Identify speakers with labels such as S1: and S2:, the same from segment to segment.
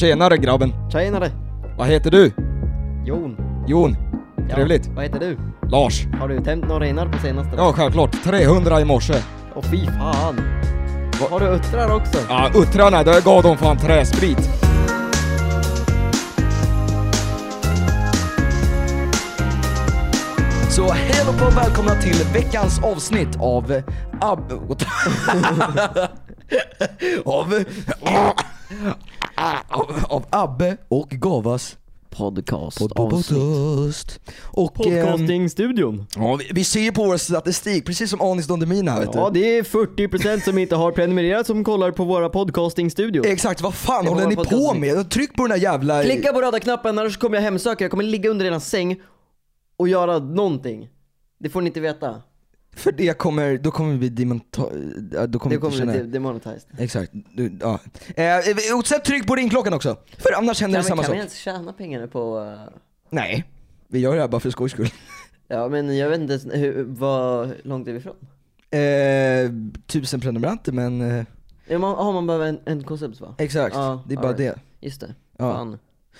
S1: Tjenare grabben!
S2: Tjenare!
S1: Vad heter du?
S2: Jon!
S1: Jon?
S2: Ja,
S1: Trevligt.
S2: Vad heter du?
S1: Lars?
S2: Har du tänt några renar på senaste?
S1: Ja, självklart. 300 i morse.
S2: Åh fy fan!
S1: Va-
S2: Har du uttrar också?
S1: Ja, uttrarna, där gav de fan träsprit. Så hej och välkomna till veckans avsnitt av eh, Ab... av... av, av Abbe och Gavas
S2: Podcast
S1: podcast. Och... ehm,
S2: Podcastingstudion.
S1: ja, vi, vi ser ju på vår statistik, precis som Anis Don Demina vet du.
S2: Ja det är 40% som inte har prenumererat som kollar på våra podcastingstudio.
S1: Exakt, vad fan
S2: Det
S1: håller
S2: var
S1: ni
S2: podcasten.
S1: på med? Tryck på den där jävla...
S2: Klicka på röda knappen annars kommer jag hemsöka, jag kommer ligga under era säng och göra någonting. Det får ni inte veta.
S1: För det kommer, då kommer vi dementa... ja, Då kommer
S2: Det
S1: vi inte
S2: kommer
S1: känna...
S2: bli demonetized.
S1: Exakt. Du, ja. eh, och sen tryck på ringklockan också. För annars händer
S2: Kan,
S1: det samma
S2: vi, kan
S1: sak.
S2: vi ens tjäna pengar på... eh,
S1: Nej. Vi gör det här bara för skojs skull.
S2: Ja men jag vet inte ens hur, vad långt är vi ifrån?
S1: Eh, tusen prenumeranter men... Eh,
S2: Ja, man, har man behöver en, en koncept va?
S1: exakt,
S2: Ja,
S1: det är bara
S2: alright.
S1: det.
S2: Just det.
S1: Ja.
S2: Fan.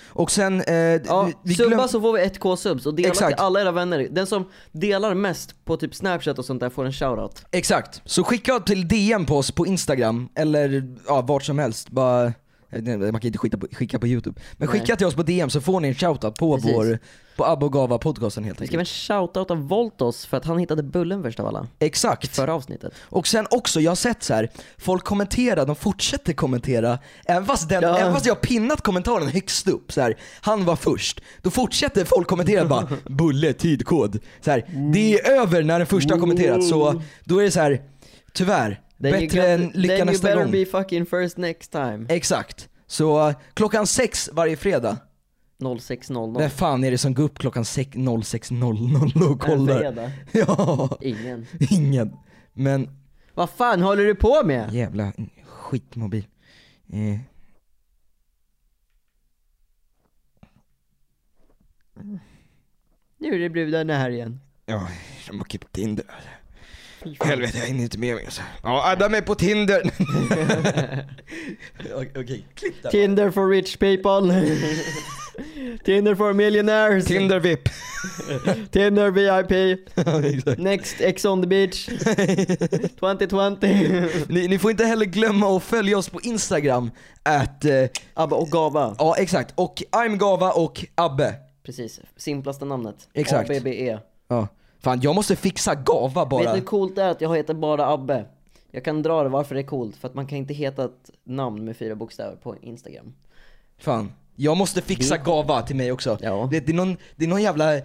S1: Och sen... Eh,
S2: Ja,
S1: vi
S2: subba
S1: glöm...
S2: så får vi 1k subs och dela
S1: Exakt.
S2: till alla era vänner. Den som delar mest på typ snapchat och sånt där får en shoutout.
S1: Exakt. Så skicka till DM på oss på Instagram eller ja, vart som helst. Bara... eh, nej, Man kan inte skicka på, skicka på youtube. Men
S2: Nej.
S1: skicka till oss på DM så får ni en shoutout på
S2: Precis.
S1: vår, på Abbe och Gava podcasten helt
S2: Vi ska
S1: enkelt.
S2: väl shoutouta Voltos för att han hittade bullen först av alla.
S1: Exakt.
S2: Förra avsnittet.
S1: Och sen också, jag har sett så här, folk kommenterar, de fortsätter kommentera, även fast, den,
S2: Ja.
S1: även fast jag har pinnat kommentaren högst upp, så här, han var först. Då fortsätter folk kommentera bara, bulle, tidkod. Så här, det är över när den första har kommenterat, så då är det så här, tyvärr,
S2: Then you got-
S1: bättre än lycka
S2: then
S1: nästa
S2: you
S1: gång.
S2: better be fucking first next time.
S1: Exakt. Så eh, klockan sex varje fredag,
S2: 0600.
S1: vem fan är det som går upp klockan sex- 06.00 och kollar?
S2: fredag.
S1: Ja,
S2: Ingen.
S1: ingen. Men
S2: Vad fan håller du på med?
S1: Jävla skitmobil. Eh.
S2: Nu är det brudarna här igen.
S1: Ja, de har klippt Tinder. Helvete, jag hinner inte med mig. alltså. Ja, adda mig på Tinder. Okej, okej, klipp där.
S2: Tinder for rich people. Tinder for millionaires.
S1: Tinder VIP.
S2: Tinder VIP.
S1: Exakt.
S2: Next Ex on the beach. 2020.
S1: ni, ni får inte heller glömma att följa oss på Instagram. At, eh,
S2: Abba och Gava.
S1: ja, exakt. Och I'm Gava och Abbe.
S2: Precis, simplaste namnet.
S1: Exakt.
S2: ABBE.
S1: Ja. Fan, jag måste fixa Gava
S2: E. Vet du
S1: bara.
S2: hur coolt det är att jag heter bara Abbe? Jag kan dra det varför det är coolt, för att man kan inte heta ett namn med fyra bokstäver på Instagram.
S1: Fan. Jag måste fixa Gava till mig också.
S2: Ja.
S1: Det, det, är någon, det är någon jävla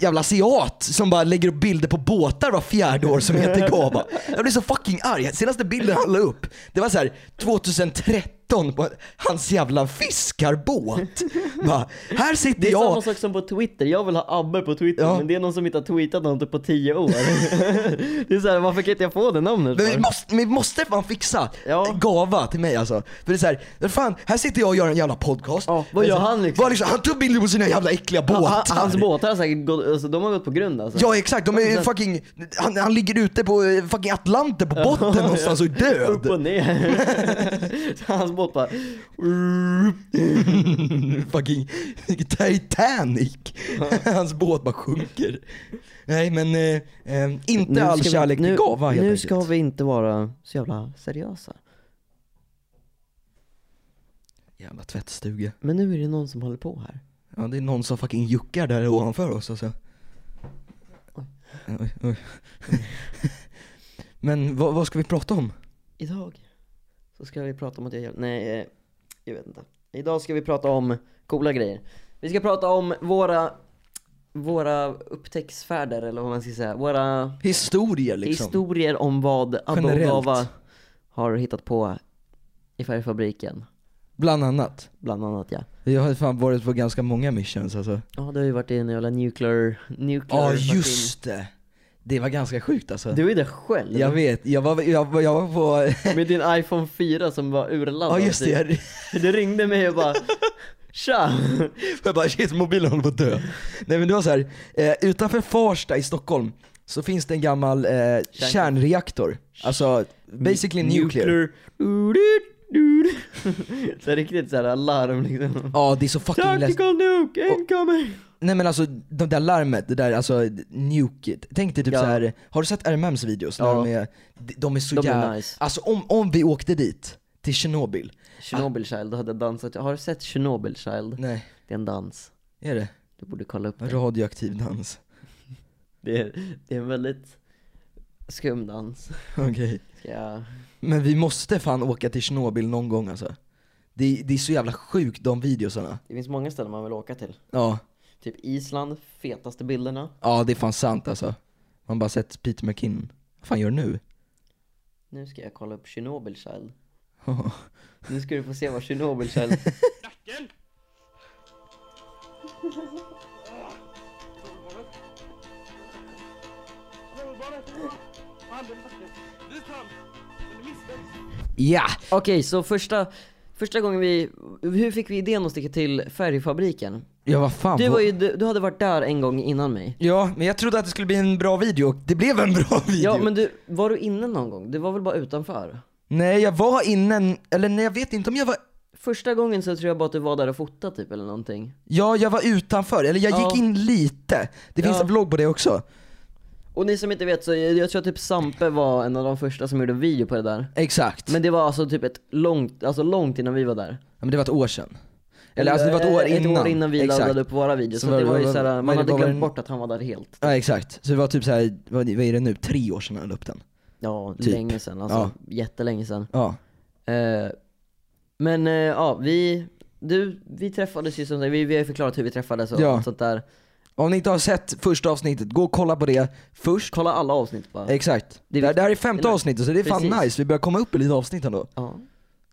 S1: jävla asiat som bara lägger upp bilder på båtar var fjärde år som heter Gava. Jag blev så fucking arg. Senaste bilden han la upp, det var så här 2013 på hans jävla fiskarbåt. Bara, här
S2: Det
S1: sitter
S2: är samma
S1: jag.
S2: sak som på Twitter, jag vill ha Abbe på Twitter
S1: Ja.
S2: men det är någon som inte har tweetat något på tio år. det är såhär, varför kan inte jag få det namnet
S1: Men vi
S2: för?
S1: måste, vi måste fan fixa
S2: Ja.
S1: Gava till mig alltså. För det är så här, fan, här sitter jag och gör en jävla podcast.
S2: Ja, vad
S1: Det är
S2: gör
S1: så här,
S2: han liksom?
S1: vad Han tog bilder på sina jävla äckliga båtar.
S2: Han, hans båtar har säkert gått, alltså, de har gått på grund alltså.
S1: Ja exakt, de är fucking, han, han ligger ute på eh, fucking Atlanten på botten någonstans och är
S2: Upp
S1: död.
S2: och ner. Så hans båt bara...
S1: fucking Titanic. Hans båt bara sjunker. Nej men, eh, eh,
S2: Nu
S1: inte
S2: ska
S1: all
S2: vi-
S1: kärlek
S2: nu,
S1: till Gava helt
S2: Nu
S1: enkelt.
S2: ska vi inte vara så jävla seriösa.
S1: Jävla tvättstuga.
S2: Men nu är det någon som håller på här.
S1: Ja det är någon som fucking juckar där ovanför oss alltså. Oj, oj. men vad, vad ska vi prata om?
S2: Idag så ska vi prata om att jag gör... Nej, eh, jag vet inte. Idag ska vi prata om coola grejer. Vi ska prata om våra, våra upptäcktsfärder, eller vad man ska säga. Våra
S1: Historier liksom.
S2: historier om vad Abba och
S1: Generellt.
S2: Gava har hittat på i Färgfabriken.
S1: Bland annat.
S2: Bland annat ja.
S1: Jag har fan varit på ganska många missions alltså.
S2: Ja, det har ju varit i en jävla nuclear... nuclear
S1: Ja
S2: fucking-
S1: just det! Det var ganska sjukt alltså.
S2: Du är där själv.
S1: jag vet, jag var, jag, var- jag var på...
S2: Med din iPhone 4 som var urladdad
S1: Ja just det, jag,
S2: typ. Det ringde mig och bara Tja!
S1: jag bara shit mobilen håller på att dö. Nej men det var så här. Eh, utanför Farsta i Stockholm så finns det en gammal eh, kärnreaktor. Alltså basically nuclear.
S2: Du, du, du. så här riktigt så här alarm liksom.
S1: Ja, det är så fucking läskigt.
S2: Tactical nuke incoming!
S1: Nej men alltså, det där larmet, det där alltså nuke Tänk dig typ
S2: Ja.
S1: så här. har du sett RMMs videos? När
S2: Ja.
S1: de, är, de- de är så
S2: De är
S1: jävla...
S2: nice.
S1: Alltså om, om vi åkte dit, till Tjernobyl.
S2: Chernobyl Child hade dansat. Har du sett Chernobyl Child?
S1: Nej,
S2: Det är en dans.
S1: är det?
S2: Du borde kolla upp det.
S1: Radioaktiv dans.
S2: Det är, det är en väldigt skum dans.
S1: Okej.
S2: Ska jag...
S1: Men vi måste fan åka till Tjernobyl någon gång alltså. Det, det är så jävla sjukt de videosarna.
S2: Det finns många ställen man vill åka till.
S1: Ja.
S2: Typ Island, fetaste bilderna.
S1: ja, det är fan sant alltså. Man har bara sett Peter McKinnon. Vad fan gör du nu?
S2: Nu ska jag kolla upp Chernobyl Child. Nu ska du få se vad Chernobyl Child...
S1: Ja!
S2: Okej, så första, första gången vi... Hur fick vi idén att sticka till färgfabriken?
S1: Ja vad fan.
S2: Du, var ju, du, du hade varit där en gång innan mig.
S1: Ja, men jag trodde att det skulle bli en bra video och det blev en bra video.
S2: Ja, men du, var du inne någon gång? Du var väl bara utanför?
S1: Nej, jag var inne, eller nej jag vet inte om jag var,
S2: Första gången så tror jag bara att du var där och fotade typ eller någonting.
S1: ja jag var utanför, eller jag
S2: Ja.
S1: gick in lite. Det finns
S2: Ja.
S1: en vlogg på det också.
S2: Och ni som inte vet så, jag jag tror att typ Sampe var en av de första som gjorde en video på det där.
S1: Exakt. Men,
S2: Men det var alltså typ ett långt, alltså långt innan vi var där.
S1: men det var ett år sedan. Eller alltså det var ett år
S2: ett
S1: innan.
S2: Ett år innan vi
S1: exakt.
S2: laddade upp våra videos.
S1: Så
S2: Så, att det
S1: var-
S2: var ju
S1: var-
S2: såhär,
S1: var
S2: man
S1: det-
S2: hade
S1: var det-
S2: glömt bort att han var där helt.
S1: Ja exakt, så det var typ såhär, vad, vad är det nu, tre år sedan han la upp den?
S2: Ja,
S1: Typ.
S2: länge sedan. Alltså
S1: Ja.
S2: jättelänge sedan.
S1: Ja.
S2: Eh, men eh, ja, vi, du, vi träffades ju som sagt, vi, vi har ju förklarat hur vi träffades och
S1: Ja.
S2: sånt där.
S1: Om ni inte har sett första avsnittet, gå och kolla på det först.
S2: Kolla alla avsnitt bara.
S1: Exakt.
S2: Det
S1: Det,
S2: är
S1: här- det här är femte
S2: Eller-
S1: avsnittet så det är fan
S2: Precis.
S1: nice, vi börjar komma upp i lite avsnitt ändå.
S2: ja.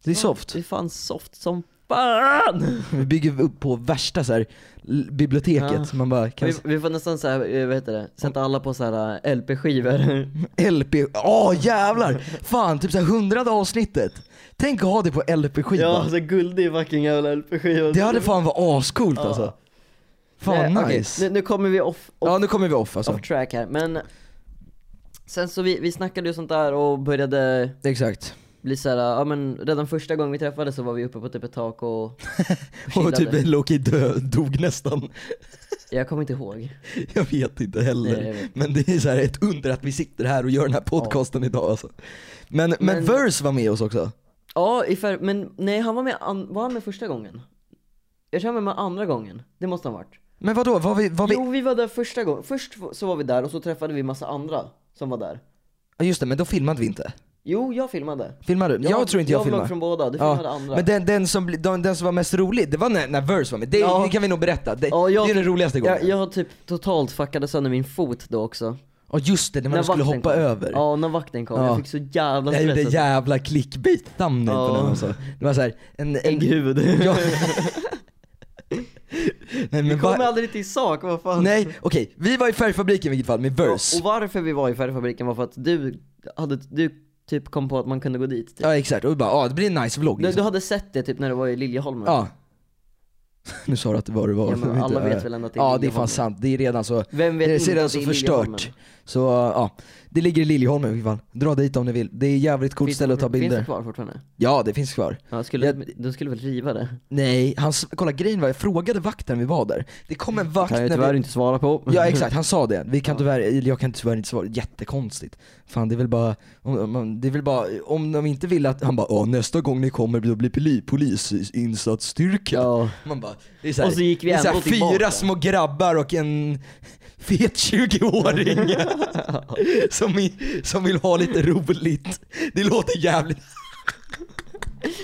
S1: Det är soft.
S2: Det är fan soft som fan!
S1: Vi bygger upp på värsta så här, l- biblioteket.
S2: Ja.
S1: Man bara, kan
S2: Vi, vi får nästan såhär, eh, vad heter det, sätta alla på såhär eh, LP-skivor.
S1: LP, åh jävlar! Fan, typ såhär hundrade avsnittet. Tänk att ha det på LP-skiva.
S2: Ja, alltså guldig fucking jävla LP-skiva.
S1: det hade fan varit ascoolt
S2: Ja.
S1: alltså. Fan
S2: Nej, okej,
S1: nice.
S2: Nu, nu kommer vi off, off,
S1: ja nu kommer vi off alltså.
S2: off track här, men sen så vi, vi snackade ju sånt där och började
S1: Exakt.
S2: bli såhär, ja men redan första gången vi träffades så var vi uppe på typ ett tak och
S1: Och typ
S2: chillade.
S1: Loki dö, dog nästan.
S2: Jag kommer inte ihåg.
S1: Jag vet inte heller.
S2: Nej, jag vet.
S1: Men det är så här ett under att vi sitter här och gör den här podcasten idag alltså. Men, men,
S2: Men-
S1: Verse var med oss också.
S2: Ja, i för, men nej han var med, an, var han med första gången? Jag tror han var med andra gången, det måste han ha varit.
S1: Men vadå, var vi, var vi...
S2: Jo vi var där första gången, först så var vi där och så träffade vi massa andra som var där.
S1: Ja, just det, men då filmade vi inte.
S2: Jo, jag filmade.
S1: Filmade du? Jag, tror inte jag,
S2: jag
S1: filmade.
S2: vlogg från båda, du filmade
S1: Ja,
S2: andra.
S1: men den, den, som, bli- den, den som var mest rolig, det var när, när Verse var med. Det,
S2: Ja.
S1: det kan vi nog berätta. Det,
S2: Ja, jag-
S1: det är den roligaste gången.
S2: jag,
S1: Ja,
S2: jag har typ totalt fuckade sönder min fot då också.
S1: just det, när man skulle
S2: vakten
S1: hoppa
S2: kom.
S1: över.
S2: Ja, när vakten kom.
S1: Ja.
S2: Jag fick så jävla
S1: jag gjorde
S2: stress. Jag
S1: jävla clickbait thumbnail på
S2: Ja.
S1: den alltså. Det var såhär, en... en
S2: Ägghuvud.
S1: ja. Nej
S2: Vi
S1: men
S2: kommer
S1: va,
S2: aldrig till sak, vad fan.
S1: Nej okej, vi var i färgfabriken i vilket fall med Verse.
S2: Och varför vi var i färgfabriken var för att du, hade, du typ kom på att man kunde gå dit. Typ.
S1: Ja exakt, och vi bara ja det blir en nice vlogg
S2: Du,
S1: liksom.
S2: du hade sett det typ när du var i Liljeholmen.
S1: Ja. Nu sa du att det var det var.
S2: Ja, men
S1: Jag vet
S2: alla
S1: inte. eh,
S2: vet väl ändå att det är
S1: Ja det är
S2: Liljeholmen.
S1: fan sant, det är redan så,
S2: Vem vet
S1: det
S2: inte
S1: är redan
S2: att
S1: så
S2: det är Liljeholmen?
S1: förstört. Så ja, det ligger i Liljeholmen i vilket fall. Dra dit om ni vill, det är jävligt coolt
S2: Finns-
S1: ställe att ta
S2: Finns
S1: bilder.
S2: det kvar fortfarande?
S1: Ja det finns kvar.
S2: Ja, skulle,
S1: Jag-
S2: De skulle väl riva det?
S1: Nej, han, s- kolla grejen var, jag frågade vakten vi var där. Det kom en vakt
S2: Kan jag
S1: när
S2: tyvärr
S1: vi...
S2: inte svara på.
S1: Ja exakt, han sa det. Vi kan tyvärr, eller jag kan tyvärr inte svara, jättekonstigt. Fan det är väl bara, om- om, det är väl bara, om de inte vill att, han bara "Ja, nästa gång ni kommer då blir poli- polisinsatsstyrka.
S2: Ja.
S1: Man bara, det är så här,
S2: Och så gick vi
S1: det är så här
S2: ändå tillbaka.
S1: fyra små grabbar och en fet 20-åring som, i- som vill ha lite roligt. Det låter jävligt...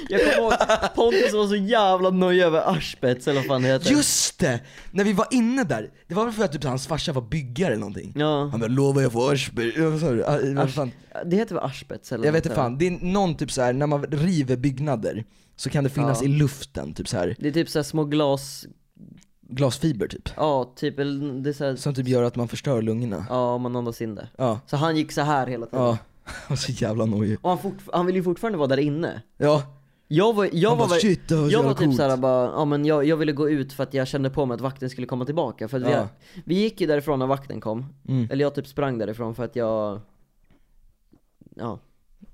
S2: Jag kommer ihåg Pontus var så jävla nöjd över Aschbets eller vad fan det heter.
S1: Just det! När vi var inne där, det var väl för att typ, hans farsa var byggare eller någonting.
S2: Ja.
S1: Han bara 'lovar jag får Aschberg' Ja, vad sa du? Ah, vad fan?
S2: Det heter väl Aschbets eller
S1: Jag
S2: något
S1: vet inte
S2: där.
S1: fan, det är någon typ så här när man river byggnader så kan det finnas
S2: Ja.
S1: i luften, typ så här
S2: Det är typ såhär små glas,
S1: glasfiber typ.
S2: ja typ, eller det är såhär,
S1: Som typ gör att man förstör lungorna.
S2: ja man andas in det.
S1: Ja.
S2: Så han gick så här hela tiden.
S1: Ja. Han var så jävla nojig.
S2: Och han, fortf- han ville ju fortfarande vara där inne.
S1: Ja.
S2: Jag var, jag
S1: Han
S2: var,
S1: bara,
S2: väl-
S1: "Shit, det var så
S2: jag
S1: jävla
S2: var typ
S1: coolt."
S2: såhär bara, ja men jag, jag ville gå ut för att jag kände på mig att vakten skulle komma tillbaka. För att vi,
S1: Ja. Mm.
S2: vi gick ju därifrån när vakten kom. Eller jag typ sprang därifrån för att jag, ja.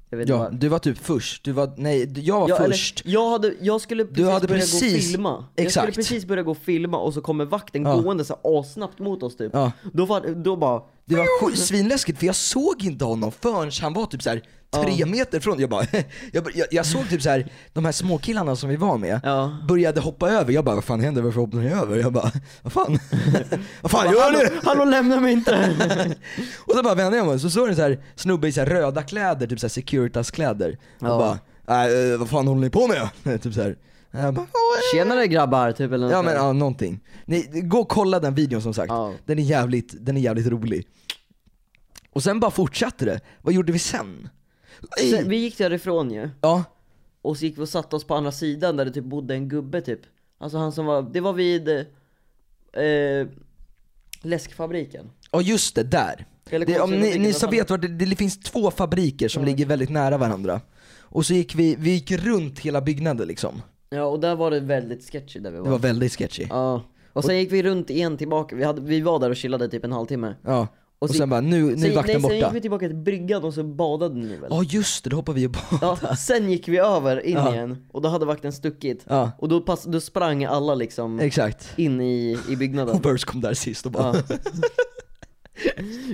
S2: Jag vet
S1: Ja,
S2: bara.
S1: du var typ först. Du var, nej, du- jag var
S2: Ja, eller,
S1: först.
S2: jag, hade, jag skulle precis
S1: hade
S2: börja gå och
S1: precis-
S2: filma. Jag
S1: exakt.
S2: skulle precis börja gå och filma och så kommer vakten
S1: Ja.
S2: gående så här assnabbt mot oss typ.
S1: Ja.
S2: Då, var, då bara,
S1: Det var sj- svinläskigt för jag såg inte honom förrän han var typ så här tre meter från jag bara, jag, jag, jag såg typ så här de här småkillarna som vi var med
S2: Ja.
S1: började hoppa över. Jag bara, vad fan händer? Varför hoppar ni över? Jag bara, vad fan? vad fan
S2: bara
S1: gör
S2: hallå,
S1: ni?
S2: hallå lämna mig inte!
S1: Och så bara vände jag mig så såg jag en så här snubbe i så här röda kläder, typ så här Securitas-kläder.
S2: Ja.
S1: Och bara, "Nej, eh, vad fan håller ni på med? typ så här. Jag bara, "Ja, eh."
S2: Tjenare grabbar typ eller något
S1: Ja
S2: sånt.
S1: men ja, någonting. Ni, gå och kolla den videon som sagt.
S2: Ja.
S1: Den, är jävligt, den är jävligt rolig. Och sen bara fortsatte det. Vad gjorde vi sen? Ej!
S2: Sen, vi gick därifrån ju,
S1: Ja,
S2: och så gick vi och satte oss på andra sidan där det typ bodde en gubbe typ Alltså han som var, det var vid eh, läskfabriken
S1: ja just det, där.
S2: Eller
S1: Det, om ni,
S2: konservfabriken,
S1: ni
S2: vad
S1: som
S2: fan
S1: vet vart det, det finns två fabriker som ligger väldigt nära varandra. Och så gick vi, vi gick runt hela byggnaden liksom.
S2: Ja och där var det väldigt sketchy där vi var,
S1: Det var väldigt sketchy. Ja.
S2: Ja, och sen gick vi runt igen tillbaka, vi, hade, vi var där och chillade typ en halvtimme
S1: Och,
S2: så
S1: sen
S2: gick-
S1: bara, nu, nu
S2: sen,
S1: är vakten
S2: nej, sen gick
S1: borta.
S2: vi tillbaka till bryggan och så badade ni väl?
S1: Ja just det, då hoppar vi och bara.
S2: Ja, sen gick vi över in
S1: Ja.
S2: igen och då hade vakten stuckit
S1: Ja.
S2: Och då, pass, då sprang alla liksom
S1: Exakt.
S2: in i, i byggnaden
S1: Och Burst kom där sist och bara.
S2: Ja.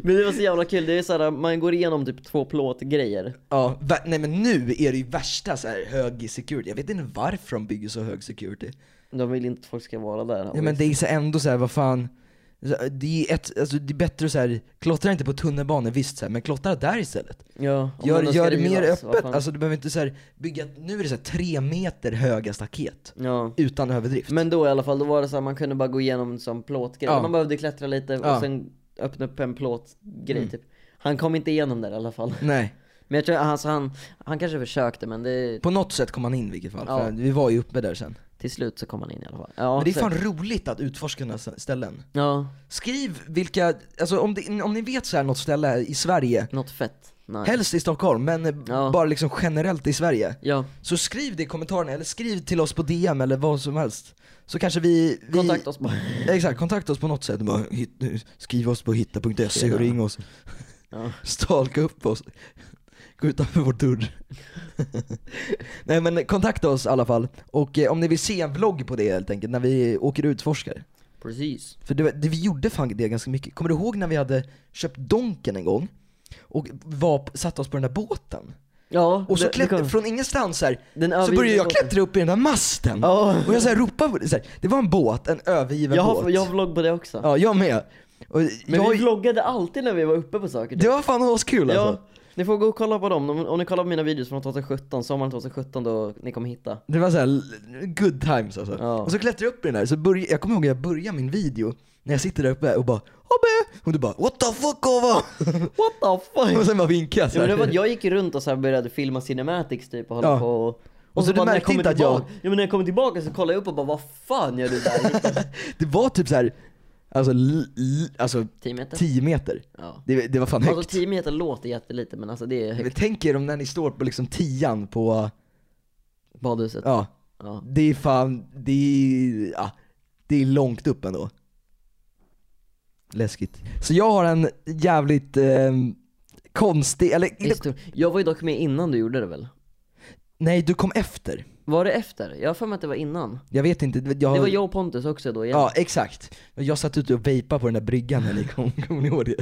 S2: Men det var så jävla kul, det är såhär, man går igenom typ två plåtgrejer
S1: Ja, va- nej men nu är det ju värsta så här hög security. Jag vet inte varför de bygger så hög security.
S2: De vill inte att folk ska vara där
S1: Ja, men det är så ändå så här, vad fan. Så- Det är, ett, alltså, det är bättre så här, klottra inte på tunnelbanor visst så här, men klottra där istället.
S2: ja, om
S1: Gör,
S2: de ska
S1: gör det mer
S2: rivas, vad
S1: öppet.
S2: fan.
S1: Alltså du behöver inte så här, bygga, nu är det så här tre meter höga staket.
S2: ja.
S1: Utan överdrift.
S2: Men då i alla fall, då var det såhär, man kunde bara gå igenom som plåtgrej
S1: Ja.
S2: Man behövde klättra lite och
S1: Ja. Mm.
S2: sen öppna upp en plåtgrej typ Han kom inte igenom där i alla fall
S1: Nej,
S2: Men jag tror, alltså, han, han kanske försökte men det,
S1: på något sätt kom han in i vilket fall.
S2: Ja.
S1: För vi var ju uppe där sen.
S2: till slut så kom han in i alla fall Ja,
S1: Men det är
S2: så-
S1: fan roligt att utforska den här ställen.
S2: ja
S1: Skriv vilka, alltså om, det, om ni vet så här något ställe i Sverige
S2: något fett nice.
S1: Helst i Stockholm, men eh,
S2: Ja.
S1: bara liksom generellt i Sverige.
S2: Ja,
S1: Så skriv det i kommentarerna, eller skriv till oss på DM eller vad som helst. Så kanske vi... vi
S2: kontakta oss bara
S1: Exakt, kontakta oss på något sätt. Bara, hit, skriv oss på hitta.se E och
S2: Tjena.
S1: ring oss.
S2: Ja.
S1: Stalka upp oss. Gå utanför vår dörr. Nej men kontakta oss i alla fall. Och eh, om ni vill se en vlogg på det helt enkelt, när vi åker och utforskar.
S2: Precis
S1: För det, det, vi gjorde fan det ganska mycket. Kommer du ihåg när vi hade köpt Donken en gång? Och var, satte oss på den där båten?
S2: Ja,
S1: Och så
S2: det- det
S1: klättrade,
S2: kom-
S1: från ingenstans så, här,
S2: Den
S1: så
S2: övergivna
S1: började jag
S2: båten.
S1: klättra upp i den där masten.
S2: Ja.
S1: Och jag så här ropade på det. Så här, det var en båt, en övergiven
S2: Jag
S1: båt.
S2: har, jag har vlogg på det också
S1: Ja, jag med. Och
S2: Men
S1: jag,
S2: vi vloggade alltid när vi var uppe på saker typ.
S1: det var fan askul
S2: Ja,
S1: alltså.
S2: ni får gå och kolla på dem. Om, om ni kollar på mina videos från 2017, sommaren 2017 då ni kommer hitta.
S1: Det var så här l- good times alltså.
S2: Ja.
S1: Och så klättrade jag upp i den där, så börj- jag kommer ihåg att jag började min video när jag sitter där uppe och bara Hobbe! Och du bara What the fuck Ova?
S2: What the fuck?
S1: och sen bara vinkade
S2: Ja, men det var,
S1: såhär.
S2: att jag gick runt och så här började filma cinematics typ och hålla
S1: Ja.
S2: på och, och,
S1: så du
S2: bara när
S1: märkte
S2: kommer
S1: inte att jag-
S2: tillbaka- Ja men när jag kom tillbaka så kollade jag upp och bara vad fan gör du där?
S1: Det var typ såhär, alltså, l- l- alltså
S2: 10 meter?
S1: 10 meter.
S2: Ja.
S1: Det, det var fan högt.
S2: Alltså 10 meter låter jättelite men alltså det är
S1: Men
S2: högt.
S1: tänk er om när ni står på liksom tian på,
S2: Badhuset.
S1: ja,
S2: Ja.
S1: det är fan, det är, ja, det är långt upp ändå. Läskigt. Så jag har en jävligt eh, konstig, eller
S2: Det är stor- Jag var ju dock med innan du gjorde det väl?
S1: nej du kom efter.
S2: Var det efter? Jag har för mig att det var innan.
S1: Jag vet inte, jag,
S2: Det var jag och Pontus också då igen.
S1: Ja exakt. Jag satt ute och vejpade på den där bryggan när ni kom, kommer ni ihåg det?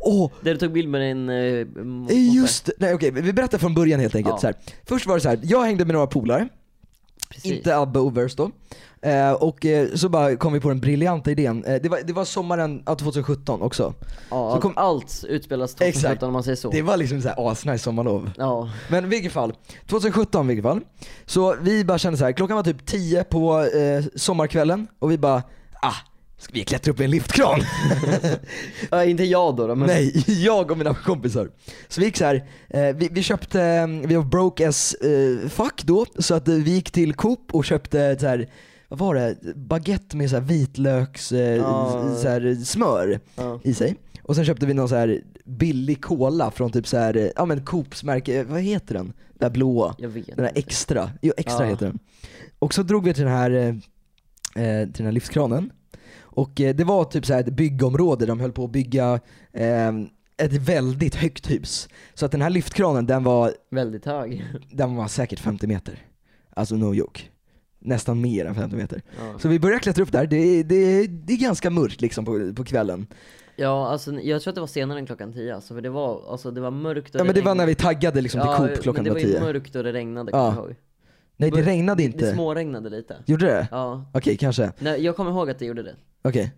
S1: Åh,
S2: Där du tog bild med din... Eh, moppe.
S1: eh, just det. Nej okej, vi berättar från början helt enkelt.
S2: Ja.
S1: Så här. Först var det så här. jag hängde med några polare.
S2: Precis.
S1: Inte Abbe och Verse då. Eh, och eh, så bara kom vi på den briljanta idén. Eh, det, var, det var sommaren ja, 2017 också.
S2: Ja,
S1: Så
S2: allt-
S1: kom-
S2: allt utspelas 2017
S1: Exakt.
S2: om man säger så.
S1: Det var liksom såhär asnice sommarlov.
S2: Ja,
S1: Men i vilket fall, 2017 i vilket fall. Så vi bara kände så här. klockan var typ 10 på eh, sommarkvällen och vi bara ah, ska vi klättra upp i en liftkran?
S2: Ja, inte jag då, då men
S1: Nej, jag och mina kompisar. Så vi gick så här. Eh, vi, vi köpte, eh, vi var broke as eh, fuck då, så att eh, vi gick till Coop och köpte så här, vad var det? Baguette med så här vitlöks, eh,
S2: Ja.
S1: så här, smör
S2: Ja.
S1: i sig. Och sen köpte vi någon så här billig cola från typ så här, eh, ja men Coops märke, eh, vad heter den? Den där blåa.
S2: jag vet
S1: Den där
S2: inte.
S1: extra. Jo, extra
S2: Ja.
S1: heter den. Och så drog vi till den här, eh, eh, till den här livskranen. Och eh, det var typ så här ett byggområde, de höll på att bygga eh, ett väldigt högt hus. Så att den här lyftkranen, den var,
S2: Väldigt hög.
S1: den var säkert 50 meter. Alltså no joke. Nästan mer än 50 meter.
S2: Ja.
S1: Så vi börjar klättra upp där, det, är- det, är- det är ganska mörkt liksom på, på kvällen.
S2: ja, alltså jag tror att det var senare än klockan 10 alltså, för det var, alltså, det var mörkt och
S1: Ja men det var
S2: regnade.
S1: när vi taggade liksom till Coop klockan
S2: men det var ju
S1: 10.
S2: mörkt och det regnade,
S1: Ja.
S2: kommer jag ihåg.
S1: Nej det
S2: mörkt.
S1: regnade
S2: Det
S1: inte.
S2: småregnade lite.
S1: Gjorde det?
S2: Ja.
S1: Okej, kanske.
S2: Nej, jag kommer ihåg att det gjorde det.
S1: Okej.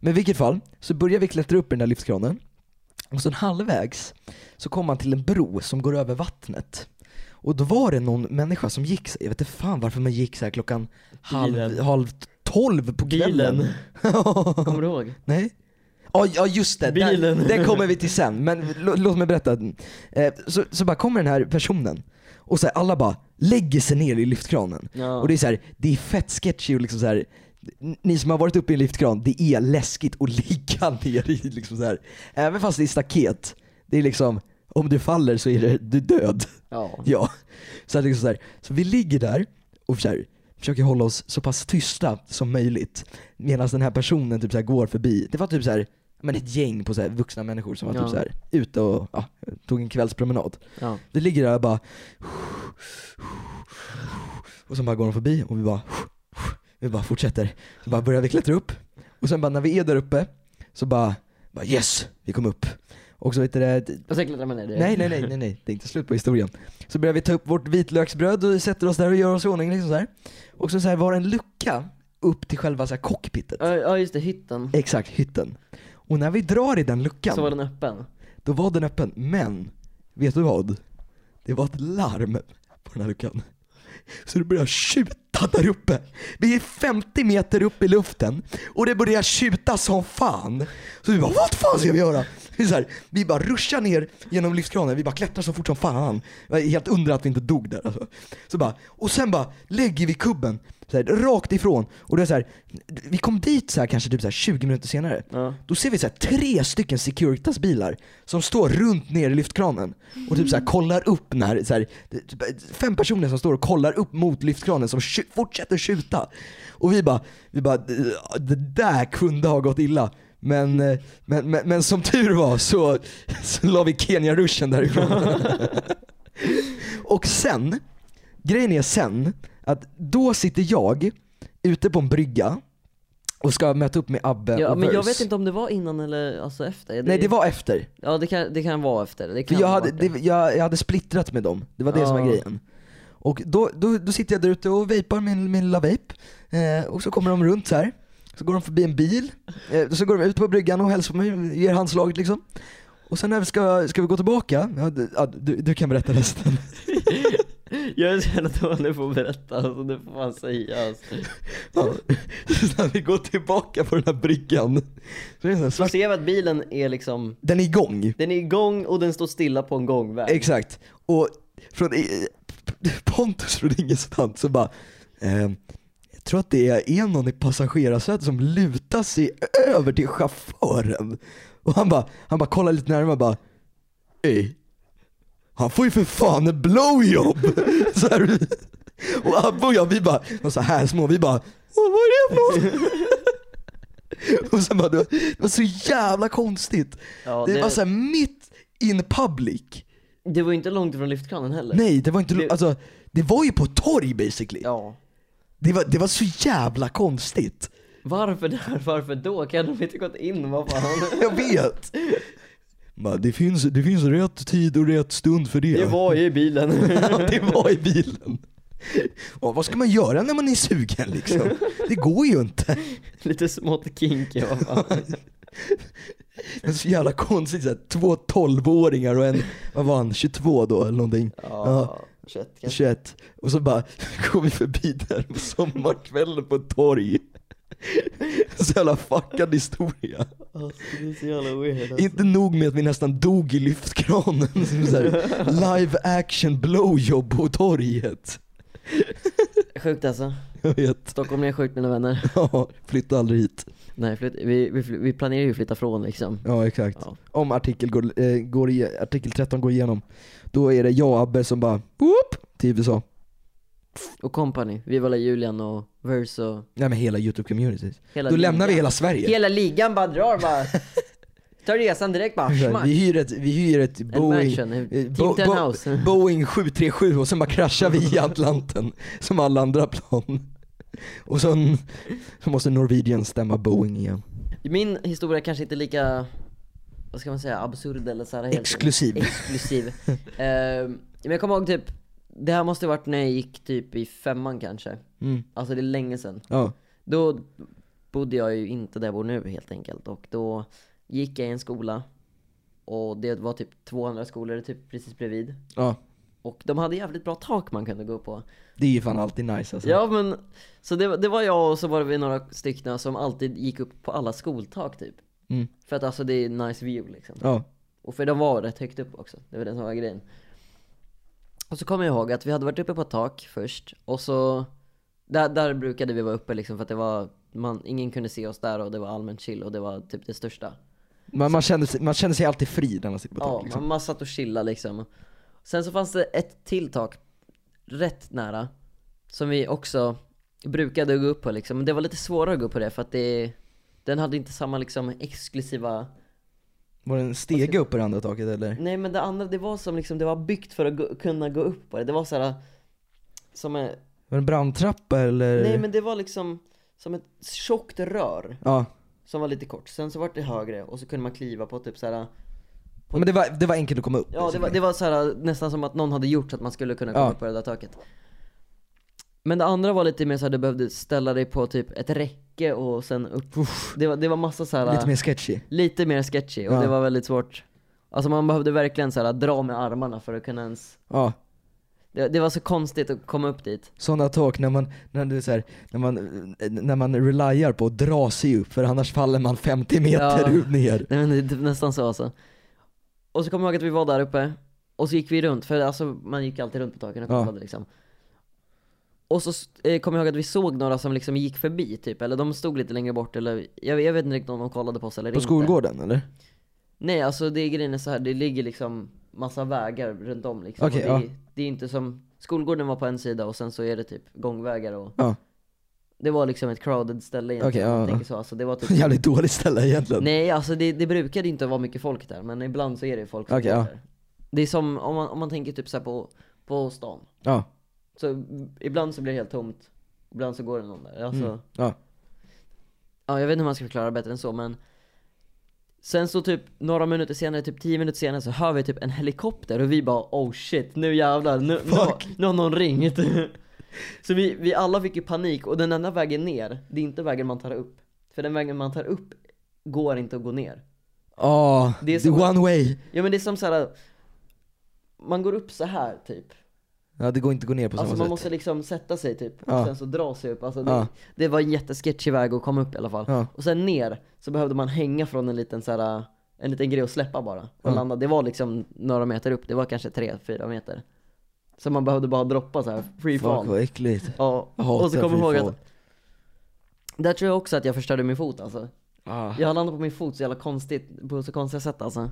S1: Men i vilket fall, så börjar vi klättra upp i den där livskranen. Och sen halvvägs så kommer man till en bro som går över vattnet. Och då var det någon människa som gick, så- jag vet inte fan varför man gick så här klockan halv,
S2: Bilen.
S1: halv tolv på kvällen.
S2: Kommer du ihåg?
S1: Nej? Ja ja, just det,
S2: Bilen.
S1: Där, där kommer vi till sen. Men lå- låt mig berätta. Eh, Så, så bara kommer den här personen och så här, alla bara lägger sig ner i lyftkranen.
S2: Ja.
S1: Och det är så här, det är fett sketchy och liksom så här. Ni som har varit uppe i en lyftkran, det är läskigt att ligga ner i liksom så här. Även fast det är staket, det är liksom, om du faller så är det, du är död.
S2: ja.
S1: Ja. Så, att liksom så, här, så vi ligger där och så här, försöker hålla oss så pass tysta som möjligt. Medan den här personen typ så här går förbi. Det var typ så här, men ett gäng på så här vuxna människor som var
S2: Ja.
S1: typ så här, ute och ja, tog en kvällspromenad.
S2: ja.
S1: Vi ligger där och bara Och sen bara går de förbi och vi bara Vi bara fortsätter. Så bara börjar vi klättra upp. Och sen bara när vi är där uppe så bara, bara yes, vi kom upp. Och så vet du det,
S2: Och sen klättrar man ner direkt.
S1: nej nej nej nej nej, det är inte slut på historien. Så börjar vi ta upp vårt vitlöksbröd och sätter oss där och gör oss i ordning liksom så här. Och så, så här var det en lucka upp till själva så här cockpitet.
S2: Ja, Ja just det, hytten.
S1: Exakt, hytten. Och när vi drar i den luckan
S2: Så var den öppen.
S1: då var den öppen, men vet du vad? Det var ett larm på den här luckan. Så det började tjuta där uppe. Vi är 50 meter upp i luften och det börjar tjuta som fan. Så vi bara, vad fan ska vi göra? Vi, så här, vi bara ruschar ner genom lyftkranen, vi bara klättrar så fort som fan. Jag är Helt undrar att vi inte dog där alltså. Så bara, och sen bara lägger vi kubben så här, rakt ifrån. Och det är så här, vi kom dit så här, kanske typ så här 20 minuter senare.
S2: Ja.
S1: Då ser vi så här tre stycken Securitas-bilar som står runt ner i lyftkranen och typ så här kollar upp när, så här, typ fem personer som står och kollar upp mot lyftkranen som tju- fortsätter skjuta. Och vi bara, vi bara, det där kunde ha gått illa. Men, eh, men, men, men som tur var så, så la vi Kenya-ruschen därifrån. och sen, grejen är sen, att då sitter jag ute på en brygga och ska möta upp med Abbe
S2: Ja,
S1: och
S2: men jag
S1: Verse.
S2: vet inte om det var innan eller alltså efter.
S1: Eh, Nej det var efter.
S2: Ja det kan, det kan vara efter. Det
S1: För
S2: kan
S1: jag
S2: vara
S1: hade,
S2: efter.
S1: det, jag, jag hade splittrat med dem, det var det som var
S2: Ja.
S1: grejen. Och då, då, då sitter jag där ute och vejpar min, min lilla vape, eh, och så kommer de runt så här. Så går de förbi en bil, eh, så går de ut på bryggan och hälsar på mig, ger handslaget liksom. Och sen när vi ska, ska vi gå tillbaka, ja, du, ja, du, du kan berätta resten.
S2: Jag är så jävla dålig på att berätta, alltså, det får man säga alltså.
S1: Ja. Så när vi går tillbaka på den här bryggan, så är det en sån här
S2: Så
S1: svart,
S2: ser vi att bilen är liksom,
S1: den är igång.
S2: den är igång och den står stilla på en gångväg.
S1: Exakt. Och från eh, Pontus från ingenstans så bara, ehm, jag tror att det är någon i passagerarsätet som lutar sig över till chauffören. Och han bara, han bara kollar lite närmare och bara, ey, han får ju för fan en blowjob! så här, och Abbe och jag vi bara, och så här små, vi bara, "Åh, vad är det för något? och sen bara, det var- det var så jävla konstigt.
S2: Ja,
S1: det,
S2: det-
S1: var så här mitt in public.
S2: Det var ju inte långt ifrån lyftkranen heller.
S1: Nej, det var inte,
S2: Det-
S1: alltså det var ju på ett torg basically.
S2: Ja.
S1: Det, var, det var så jävla konstigt.
S2: Varför där, varför då? Kan de inte gått in? Vad fan?
S1: Jag vet. Bara, det, finns, det finns rätt tid och rätt stund för det.
S2: Det var ju i bilen.
S1: Ja, det var i bilen. Ja, vad ska man göra när man är sugen liksom? Det går ju inte.
S2: Lite smått kinky, vad fan.
S1: Det är så jävla konstigt. Så här, två 12-åringar och en, vad var han, 22 då eller någonting.
S2: Ja, kött kanske.
S1: 21. Och så bara går vi förbi där på sommarkvällen på ett torg. Så jävla fuckad historia.
S2: Alltså, det är så jävla weird alltså.
S1: Inte nog med att vi nästan dog i lyftkranen. Som så här, live action blowjob på torget.
S2: Sjukt alltså.
S1: Jag vet.
S2: Stockholm är sjukt mina vänner.
S1: Ja, flytta aldrig hit.
S2: Nej, flytt, vi, vi, fly- vi planerar ju att flytta från liksom.
S1: Ja exakt.
S2: Ja.
S1: Om artikel, går, eh, går i, artikel 13 går igenom, då är det jag och Abbe som bara whoop, till USA.
S2: Och company, vi var Julian och Verse och
S1: Nej men hela youtube communityt.
S2: hela
S1: Då lämnar vi
S2: ligan.
S1: hela Sverige.
S2: Hela ligan bara drar bara. Tar resan direkt bara,
S1: Så här, Vi
S2: smack.
S1: hyr ett, vi hyr ett Boeing,
S2: mansion, en
S1: eh,
S2: team penthouse.
S1: Boeing 737 och sen bara kraschar vi i Atlanten som alla andra plan. Och sen så måste Norwegian stämma Boeing igen.
S2: Min historia kanske inte är lika, vad ska man säga, absurd eller så här helt
S1: Exklusiv.
S2: Exklusiv. Ehm, men jag kommer ihåg typ, det här måste ha varit när jag gick typ i femman kanske.
S1: Mm.
S2: Alltså det är länge sedan.
S1: Ja.
S2: Då bodde jag ju inte där jag bor nu helt enkelt. Och då gick jag i en skola. Och det var typ två andra skolor typ precis bredvid.
S1: ja,
S2: Och de hade jävligt bra tak man kunde gå upp på.
S1: det är ju fan alltid nice alltså.
S2: Ja men, så det, det var jag och så var det vi några stycken som alltid gick upp på alla skoltak typ.
S1: Mm.
S2: För att alltså det är nice view liksom.
S1: Ja.
S2: Och för de var rätt högt upp också, det var den som var grejen. Och så kommer jag ihåg att vi hade varit uppe på ett tak först, och så där, där brukade vi vara uppe liksom för att det var, man, ingen kunde se oss där och det var allmänt chill och det var typ det största.
S1: Man, man, känner sig, man känner sig alltid fri när man sitter på
S2: Ja,
S1: tak.
S2: man,
S1: Liksom.
S2: man satt och chillade liksom. Sen så fanns det ett till tak rätt nära som vi också brukade gå upp på liksom. Men det var lite svårare att gå upp på det för att det, den hade inte samma liksom exklusiva
S1: Var det en stege upp på det andra taket eller?
S2: Nej men det andra, det var som liksom, det var byggt för att gå, kunna gå upp på det. Det var såhär, som en,
S1: Var det en brandtrappa eller?
S2: nej men det var liksom som ett tjockt rör
S1: Ja.
S2: som var lite kort. Sen så var det högre och så kunde man kliva på typ såhär,
S1: Men det var, det var enkelt att komma upp. liksom.
S2: ja det var, det var såhär, nästan som att någon hade gjort så att man skulle kunna komma
S1: Ja.
S2: upp på det där taket. Men det andra var lite mer såhär, du behövde ställa dig på typ ett räcke och sen upp. Det var, det var massa såhär,
S1: Lite mer sketchy.
S2: lite mer sketchy och
S1: Ja.
S2: det var väldigt svårt. Alltså man behövde verkligen såhär dra med armarna för att kunna ens
S1: Ja.
S2: Det, det var så konstigt att komma upp dit.
S1: Sådana tak när man, när, du, så här, när, man, när man relyar på att dra sig upp för annars faller man 50 meter
S2: Ja.
S1: ut ner.
S2: Nej men det är typ nästan så alltså. Och så kommer jag ihåg att vi var där uppe, och så gick vi runt, för alltså man gick alltid runt på taken och
S1: Ja.
S2: kollade liksom. Och så eh, kommer jag ihåg att vi såg några som liksom gick förbi typ, eller de stod lite längre bort eller jag, jag vet inte riktigt om de kollade på oss eller
S1: På
S2: inte.
S1: skolgården eller?
S2: Nej alltså det är grejen är så här, det ligger liksom massa vägar runt om liksom.
S1: Okej,
S2: Och det, är- det är inte som, skolgården var på en sida och sen så är det typ gångvägar och
S1: Ja.
S2: det var liksom ett crowded ställe egentligen.
S1: Okej, ja,
S2: jag tänker
S1: ja.
S2: så, alltså, det var typ
S1: Jävligt dåligt ställe egentligen.
S2: Nej, alltså det, det brukade inte vara mycket folk där, men ibland så är det folk som
S1: Okej,
S2: går
S1: ja.
S2: där. Det är som om man, om man tänker typ så här på, på stan.
S1: Ja.
S2: Så mm, ibland så blir det helt tomt, ibland så går det någon där. Alltså,
S1: ja.
S2: ja, jag vet inte hur man ska förklara bättre än så, men Sen så typ några minuter senare, typ 10 minuter senare så hör vi typ en helikopter och vi bara oh shit, nu jävlar, nu, nu, har- nu har någon ringt. så vi, vi alla fick ju panik och den enda vägen ner, det är inte vägen man tar upp. För den vägen man tar upp går inte att gå ner.
S1: Ja,
S2: Det är
S1: the
S2: som-
S1: one way.
S2: Ja men det är som så här. Man går upp så här typ.
S1: Ja, det går inte att gå ner på samma
S2: Alltså man
S1: sätt.
S2: måste liksom sätta sig typ. Och
S1: Ja.
S2: sen så dra sig upp. Alltså det,
S1: Ja.
S2: det var en jättesketchig väg att komma upp i alla fall.
S1: Ja.
S2: Och sen ner så behövde man hänga från en liten så här, en liten grej och släppa bara. Och
S1: Ja.
S2: landa. Det var liksom några meter upp. Det var kanske 3-4 meter. Så man behövde bara droppa så här free
S1: Fuck
S2: fall.
S1: vad äckligt.
S2: Ja.
S1: Jag hatar
S2: Och så kommer
S1: free
S2: jag ihåg
S1: fall.
S2: att där tror jag också att jag förstörde min fot alltså.
S1: Ah.
S2: Jag landade på min fot så jävla konstigt, på så konstiga sätt alltså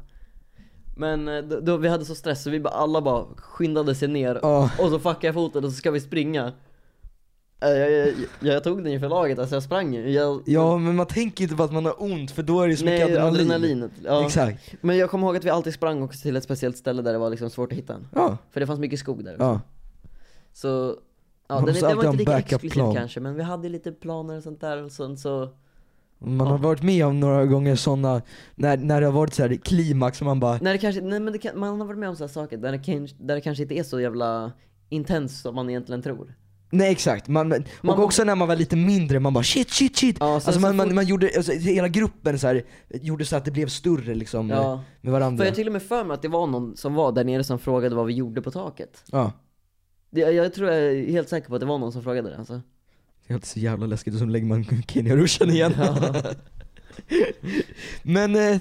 S2: Men eh, då, då, vi hade så stress så vi bara, alla bara skyndade sig ner
S1: Ja.
S2: och så fuckade jag foten och så ska vi springa Eh, jag, jag, jag, jag tog den ju för laget, alltså jag sprang ju jag,
S1: Ja, men man tänker inte på att man har ont för då är det så mycket
S2: Nej,
S1: adrenalin.
S2: adrenalinet ja.
S1: Exakt.
S2: Men jag kommer ihåg att vi alltid sprang också till ett speciellt ställe där det var liksom svårt att hitta den
S1: Ja.
S2: För det fanns mycket skog där
S1: Ja.
S2: Så, ja
S1: Man
S2: den,
S1: måste
S2: den
S1: alltid
S2: var
S1: ha en
S2: inte lika
S1: backup
S2: exklusiv
S1: plan.
S2: kanske men vi hade lite planer och sånt där och sen så
S1: Man har varit med om några gånger sådana, när, när det har varit så här klimax och man bara
S2: När det kanske, nej men det kan, man har varit med om sådana saker där det, kan, där det kanske inte är så jävla intens som man egentligen tror.
S1: Nej exakt, man, och
S2: Man-
S1: också när man var lite mindre, man bara shit shit shit.
S2: Ja, sen
S1: alltså
S2: så
S1: man, man,
S2: fort-
S1: man gjorde, alltså, hela gruppen så här, gjorde så att det blev större liksom
S2: Ja.
S1: med varandra.
S2: För jag till och med för mig att det var någon som var där nere som frågade vad vi gjorde på taket.
S1: Ja.
S2: Det, jag, jag tror jag är helt säker på att det var någon som frågade det alltså.
S1: Det är alltid så jävla läskigt och så lägger man Kenya-ruschen igen.
S2: Ja.
S1: Men eh,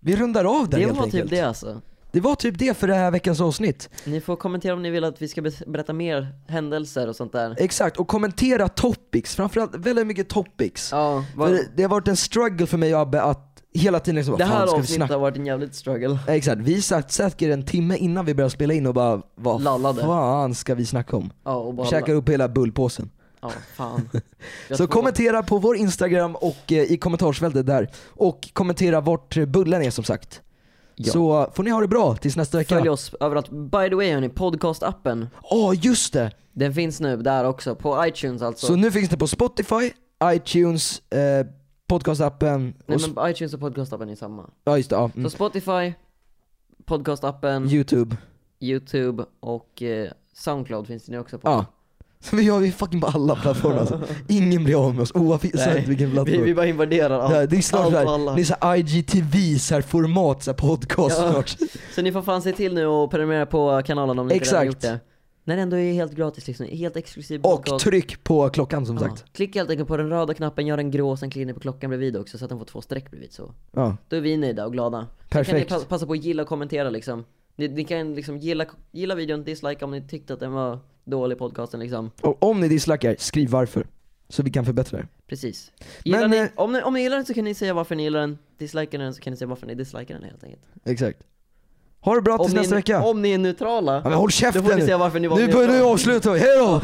S1: vi rundar av där
S2: det
S1: helt
S2: var
S1: enkelt.
S2: typ det alltså.
S1: det var typ det för det här veckans avsnitt.
S2: Ni får kommentera om ni vill att vi ska be- berätta mer händelser och sånt där.
S1: Exakt, och kommentera topics, framförallt väldigt mycket topics.
S2: Ja, vad,
S1: För det, det har varit en struggle för mig och Abbe att hela tiden liksom,
S2: det
S1: "Fan,
S2: här
S1: ska vi
S2: avsnittet
S1: snacka?"
S2: har varit en jävligt struggle.
S1: Ja, Exakt, vi satt säkert en timme innan vi började spela in och bara vad
S2: Lallade.
S1: fan ska vi snacka om?
S2: Ja, och bara
S1: Käkar upp hela bullpåsen.
S2: Ja, fan. Jag
S1: Så
S2: tror-
S1: kommentera på vår Instagram och eh, i kommentarsfältet där. Och kommentera vart eh, bullen är som sagt.
S2: Ja.
S1: Så eh, får ni ha det bra tills nästa vecka.
S2: Följ
S1: Ja
S2: oss överallt. By the way hörni, podcastappen.
S1: just det!
S2: Den finns nu där också, på iTunes alltså.
S1: Så. nu finns det på Spotify, iTunes, eh, podcastappen
S2: Nej
S1: och s-
S2: men iTunes och podcastappen är samma.
S1: ja, just det, ja, mm.
S2: Så mm. Spotify, podcastappen,
S1: Youtube.
S2: YouTube och eh, Soundcloud finns det nu också på.
S1: Ja. Så vi gör vi är fucking på alla plattformar alltså. Ingen blir av med oss
S2: Nej,
S1: oavsett vilken
S2: Vi,
S1: plattform.
S2: vi bara invaderar allt.
S1: Ja, det är snart
S2: allt och
S1: såhär,
S2: alla.
S1: det är såhär IGTV, så här format, så här podcast
S2: Ja.
S1: snart.
S2: Så ni får fan se till nu och prenumerera på kanalen om ni inte redan
S1: Exakt.
S2: gjort det. När det ändå är helt gratis liksom, helt exklusiv
S1: Och tryck på klockan som
S2: Ja.
S1: sagt.
S2: Klicka helt enkelt på den röda knappen, gör den grå, sen klickar ni på klockan bredvid också så att den får två streck bredvid så.
S1: Ja.
S2: Då är vi nöjda och glada.
S1: Perfekt.
S2: Sen kan ni pa- passa på att gilla och kommentera liksom. Ni, ni kan liksom gilla, gilla videon, dislike om ni tyckte att den var dålig podcasten liksom.
S1: Och om ni dislikar, skriv varför. Så vi kan förbättra det.
S2: Precis. Gillar
S1: Men,
S2: ni,
S1: eh,
S2: om, ni, om ni gillar den så kan ni säga varför ni gillar den, dislikar ni den så kan ni säga varför ni dislikar den helt enkelt.
S1: Exakt. Ha det bra
S2: Om
S1: tills
S2: ni,
S1: nästa
S2: är-
S1: vecka.
S2: om ni är neutrala,
S1: Ja, men håll
S2: då
S1: käften
S2: får ni
S1: nu!
S2: säga varför ni var
S1: Nu börjar
S2: neutrala.
S1: nu avslutar vi, hejdå!